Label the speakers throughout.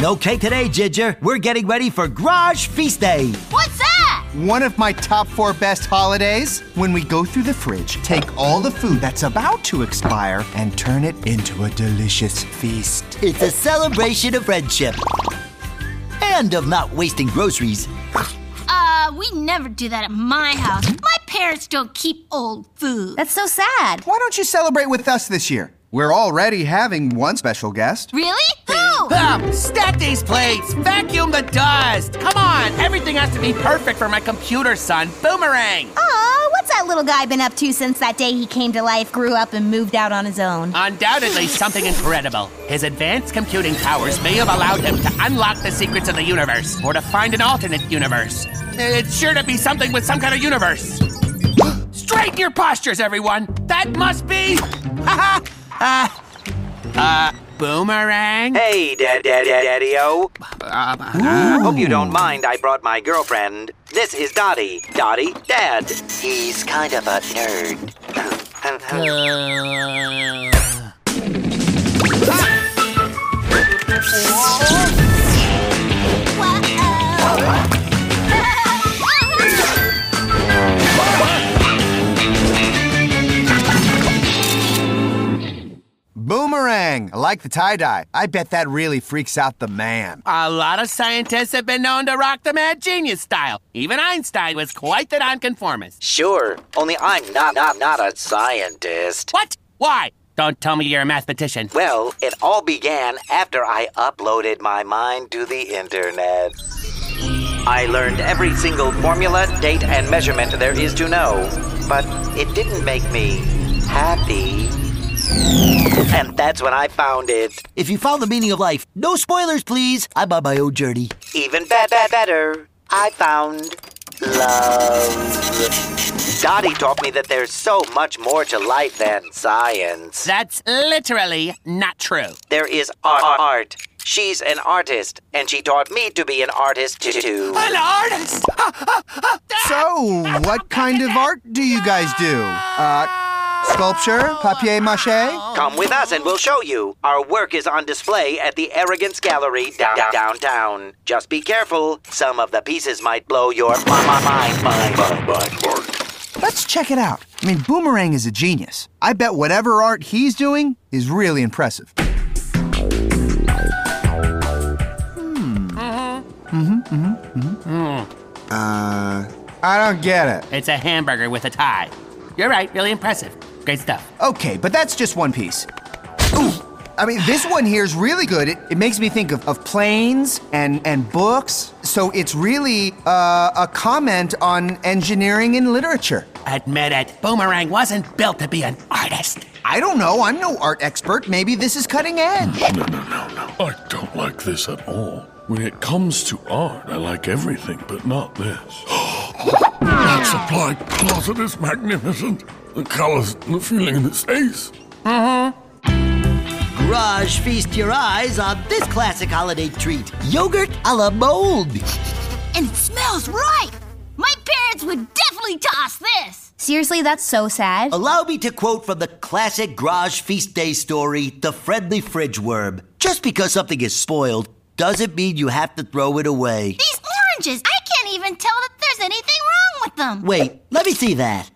Speaker 1: No cake today, Ginger. We're getting ready for Garage Feast Day.
Speaker 2: What's that?
Speaker 3: One of my top four best holidays when we go through the fridge, take all the food that's about to expire, and turn it into a delicious feast.
Speaker 1: It's a celebration of friendship and of not wasting groceries.
Speaker 2: Uh, we never do that at my house. My parents don't keep old food.
Speaker 4: That's so sad.
Speaker 3: Why don't you celebrate with us this year? We're already having one special guest.
Speaker 2: really? Who?
Speaker 5: Up, stack these plates, vacuum the dust. Come on, everything has to be perfect for my computer son, Boomerang.
Speaker 2: Uh,
Speaker 4: Aw, what's that little guy been up to since that day he came to life, grew up, and moved out on his own?
Speaker 5: Undoubtedly something incredible. His advanced computing powers may have allowed him to unlock the secrets of the universe or to find an alternate universe. It's sure to be something with some kind of universe. Straighten your postures, everyone. That must be. Haha. uh, uh, boomerang?
Speaker 6: Hey, Dad, Dad, Dad, Daddy-O. I hope you don't mind. I brought my girlfriend. This is Dottie. Dottie, Dad. He's kind of a nerd.
Speaker 2: Whoa.
Speaker 3: Boomerang! I like the tie dye. I bet that really freaks out the man.
Speaker 5: A lot of scientists have been known to rock the mad genius style. Even Einstein was quite the nonconformist.
Speaker 6: sure, only I'm not, not, not a scientist.
Speaker 5: What? Why? Don't tell me you're a mathematician.
Speaker 6: Well, it all began after I uploaded my mind to the internet. I learned every single formula, date, and measurement there is to know, but it didn't make me happy. And that's when I found it.
Speaker 1: If you found the meaning of life, no spoilers, please. I'm on my own journey.
Speaker 6: Even bad, bad, better, I found love. Dottie taught me that there's so much more to life than science.
Speaker 5: That's literally not true.
Speaker 6: There is ar- art. She's an artist, and she taught me to be an artist too.
Speaker 5: An artist!
Speaker 3: So, what kind of art do you guys do? Uh, sculpture? Papier mache?
Speaker 6: Come with us and we'll show you. Our work is on display at the Arrogance Gallery down, down, downtown. Just be careful. Some of the pieces might blow your mi- mi- mind, mind, mind, mind, mind.
Speaker 3: Let's check it out. I mean, Boomerang is a genius. I bet whatever art he's doing is really impressive. Uh, I don't get it.
Speaker 5: It's a hamburger with a tie. You're right, really impressive. Great stuff.
Speaker 3: Okay, but that's just one piece. Ooh, I mean, this one here is really good. It, it makes me think of, of planes and, and books. So it's really uh, a comment on engineering and literature.
Speaker 5: Admit it, Boomerang wasn't built to be an artist.
Speaker 3: I don't know. I'm no art expert. Maybe this is cutting edge.
Speaker 7: No, no, no, no. I don't like this at all. When it comes to art, I like everything, but not this. that supply closet is magnificent. The colors and the feeling in its face.
Speaker 1: Garage feast your eyes on this classic holiday treat yogurt a la mold.
Speaker 2: and it smells right. My parents would definitely toss this.
Speaker 4: Seriously, that's so sad.
Speaker 1: Allow me to quote from the classic Garage Feast Day story, The Friendly Fridge Worm. Just because something is spoiled doesn't mean you have to throw it away.
Speaker 2: These oranges, I can't even tell that there's anything wrong with them.
Speaker 1: Wait, let me see that.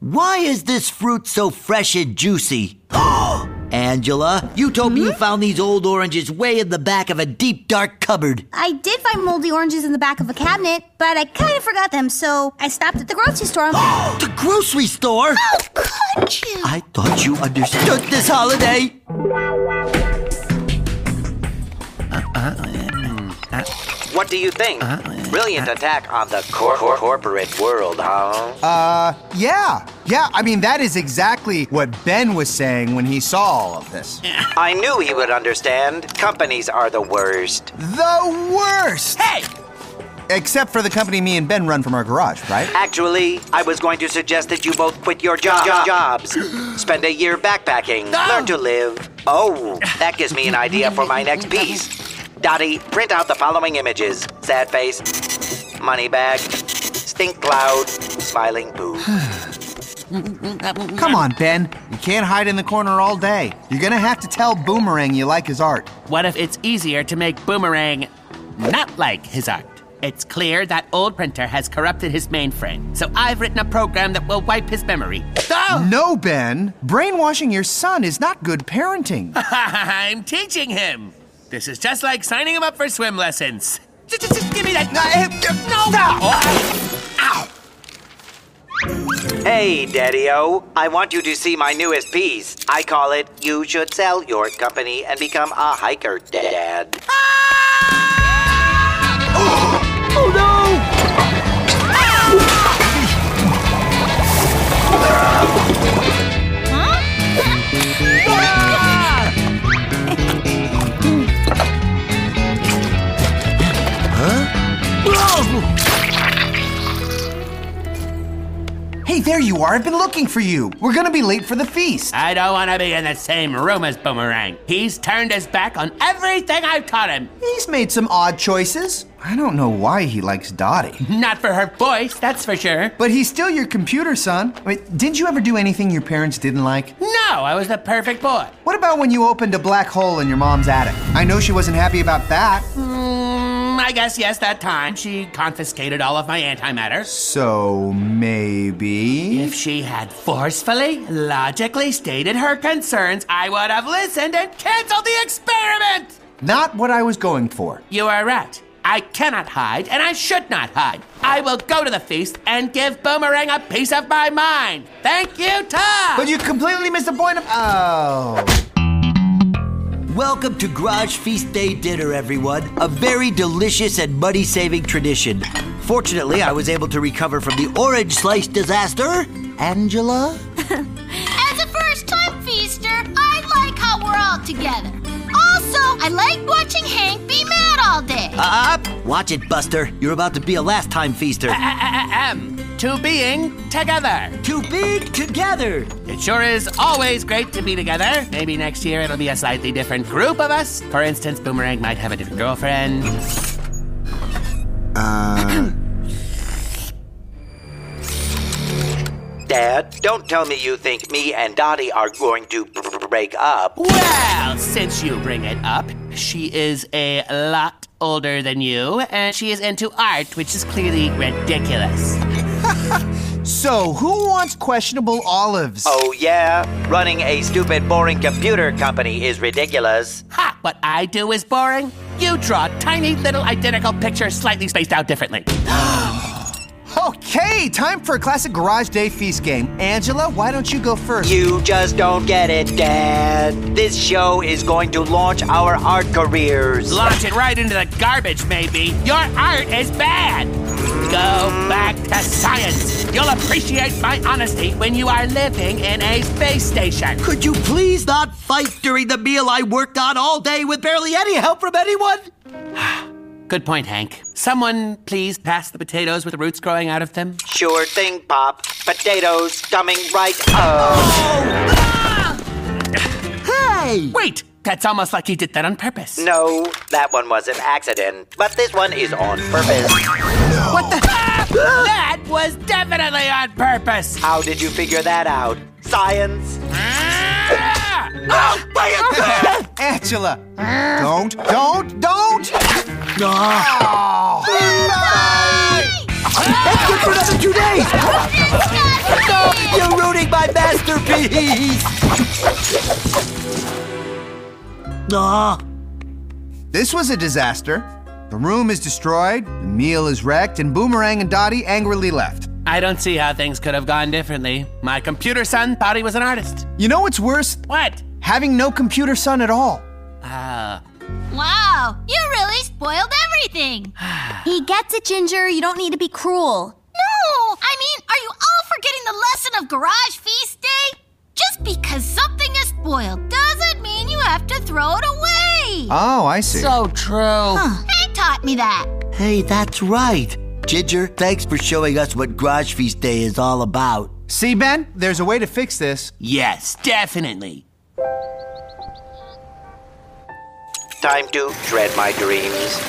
Speaker 1: Why is this fruit so fresh and juicy? Angela, you told me you found these old oranges way in the back of a deep, dark cupboard.
Speaker 4: I did find moldy oranges in the back of a cabinet, but I kind of forgot them, so I stopped at the grocery store. and-
Speaker 1: the grocery store?
Speaker 2: How could you?
Speaker 1: I thought you understood this holiday.
Speaker 6: What do you think? Brilliant attack on the cor- cor- corporate world, huh?
Speaker 3: Yeah, yeah. I mean, that is exactly what Ben was saying when he saw all of this.
Speaker 6: I knew he would understand. Companies are the worst.
Speaker 3: The worst!
Speaker 5: Hey!
Speaker 3: Except for the company me and Ben run from our garage, right?
Speaker 6: Actually, I was going to suggest that you both quit your jo- jo- jobs. Spend a year backpacking. Learn to live. Oh, that gives me an idea for my next piece. Dottie, print out the following images sad face, money bag, stink cloud, smiling poo.
Speaker 3: Come on, Ben. You can't hide in the corner all day. You're gonna have to tell Boomerang you like his art.
Speaker 5: What if it's easier to make Boomerang not like his art? It's clear that old printer has corrupted his mainframe, so I've written a program that will wipe his memory. Oh!
Speaker 3: No, Ben. Brainwashing your son is not good parenting.
Speaker 5: I'm teaching him! This is just like signing him up for swim lessons. Just, just, just give me that. No! Ow!
Speaker 6: Hey, Daddy-O. I want you to see my newest piece. I call it You Should Sell Your Company and Become a Hiker, Dad.
Speaker 2: Uh-huh.
Speaker 3: hey, there you are. I've been looking for you. We're gonna be late for the feast.
Speaker 5: I don't want to be in the same room as Boomerang. He's turned his back on everything I've taught him.
Speaker 3: He's made some odd choices. I don't know why he likes Dottie.
Speaker 5: Not for her voice, that's for sure.
Speaker 3: But he's still your computer son. I mean, didn't you ever do anything your parents didn't like?
Speaker 5: No, I was the perfect boy.
Speaker 3: What about when you opened a black hole in your mom's attic? I know she wasn't happy about that.
Speaker 5: Mm, I guess, yes, that time she confiscated all of my antimatter.
Speaker 3: So maybe.
Speaker 5: If she had forcefully, logically stated her concerns, I would have listened and canceled the experiment!
Speaker 3: Not what I was going for.
Speaker 5: You are right. I cannot hide, and I should not hide. I will go to the feast and give Boomerang a piece of my mind. Thank you, Tom!
Speaker 3: But you completely missed the point of. Oh.
Speaker 1: Welcome to Garage Feast Day Dinner, everyone. A very delicious and money saving tradition. Fortunately, I was able to recover from the orange slice disaster. Angela?
Speaker 2: As a first time feaster, I like how we're all together. Also, I like watching Hank be mad all day.
Speaker 1: Up! Watch it, Buster. You're about to be a last time feaster.
Speaker 5: Ahem. To being together.
Speaker 1: Too big together.
Speaker 5: It sure is always great to be together. Maybe next year it'll be a slightly different group of us. For instance, Boomerang might have a different girlfriend.
Speaker 6: Dad, don't tell me you think me and Dottie are going to b- b- break up.
Speaker 5: Well, since you bring it up, she is a lot older than you, and she is into art, which is clearly ridiculous.
Speaker 3: So, who wants questionable olives?
Speaker 6: Oh, yeah? Running a stupid, boring computer company is ridiculous.
Speaker 5: Ha! What I do is boring. You draw tiny little identical pictures slightly spaced out differently.
Speaker 3: Okay, time for a classic garage day feast game. Angela, why don't you go first?
Speaker 6: You just don't get it, Dad. This show is going to launch our art careers.
Speaker 5: Launch it right into the garbage, maybe. Your art is bad. Go back to science. You'll appreciate my honesty when you are living in a space station.
Speaker 1: Could you please not fight during the meal I worked on all day with barely any help from anyone?
Speaker 5: Good point, Hank. Someone please pass the potatoes with the roots growing out of them.
Speaker 6: Sure thing, Pop. Potatoes coming right up.
Speaker 1: Hey!
Speaker 5: Wait, that's almost like he did that on purpose.
Speaker 6: No, that one was an accident, but this one is on purpose.
Speaker 5: What the? that was definitely on purpose.
Speaker 6: How did you figure that out? Science?
Speaker 5: Ah! Oh,
Speaker 3: Angela, don't, don't, don't!
Speaker 1: That's good for another two days! You're ruining my masterpiece! Ah,
Speaker 3: This was a disaster. The room is destroyed, the meal is wrecked, and Boomerang and Dottie angrily left.
Speaker 5: I don't see how things could have gone differently. My computer son thought he was an artist.
Speaker 3: You know what's worse?
Speaker 5: What?
Speaker 3: Having no computer son at all.
Speaker 5: Ah,
Speaker 2: Wow, you really spoiled everything.
Speaker 4: He gets it, Ginger. You don't need to be cruel.
Speaker 2: No, I mean, are you all forgetting the lesson of Garage Feast Day? Just because something is spoiled doesn't mean you have to throw it away.
Speaker 3: Oh, I see.
Speaker 5: so true.
Speaker 2: Hank taught me that.
Speaker 1: hey, that's right. Ginger, thanks for showing us what Garage Feast Day is all about.
Speaker 3: see, Ben, there's a way to fix this.
Speaker 5: Yes, definitely.
Speaker 6: Time to tread my dreams.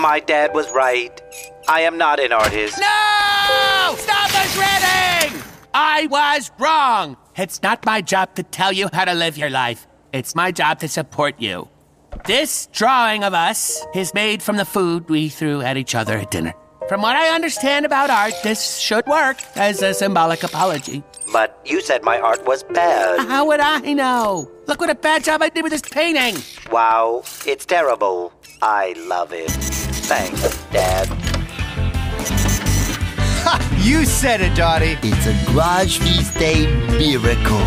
Speaker 6: My dad was right. I am not an artist.
Speaker 5: No! Stop the shredding! I was wrong. It's not my job to tell you how to live your life. It's my job to support you. This drawing of us is made from the food we threw at each other at dinner. From what I understand about art, this should work as a symbolic apology.
Speaker 6: But you said my art was bad.
Speaker 5: How would I know? Look what a bad job I did with this painting.
Speaker 6: Wow, it's terrible. I love it. Thanks, Dad.
Speaker 3: You said it, Dottie.
Speaker 1: It's a garage feast day miracle.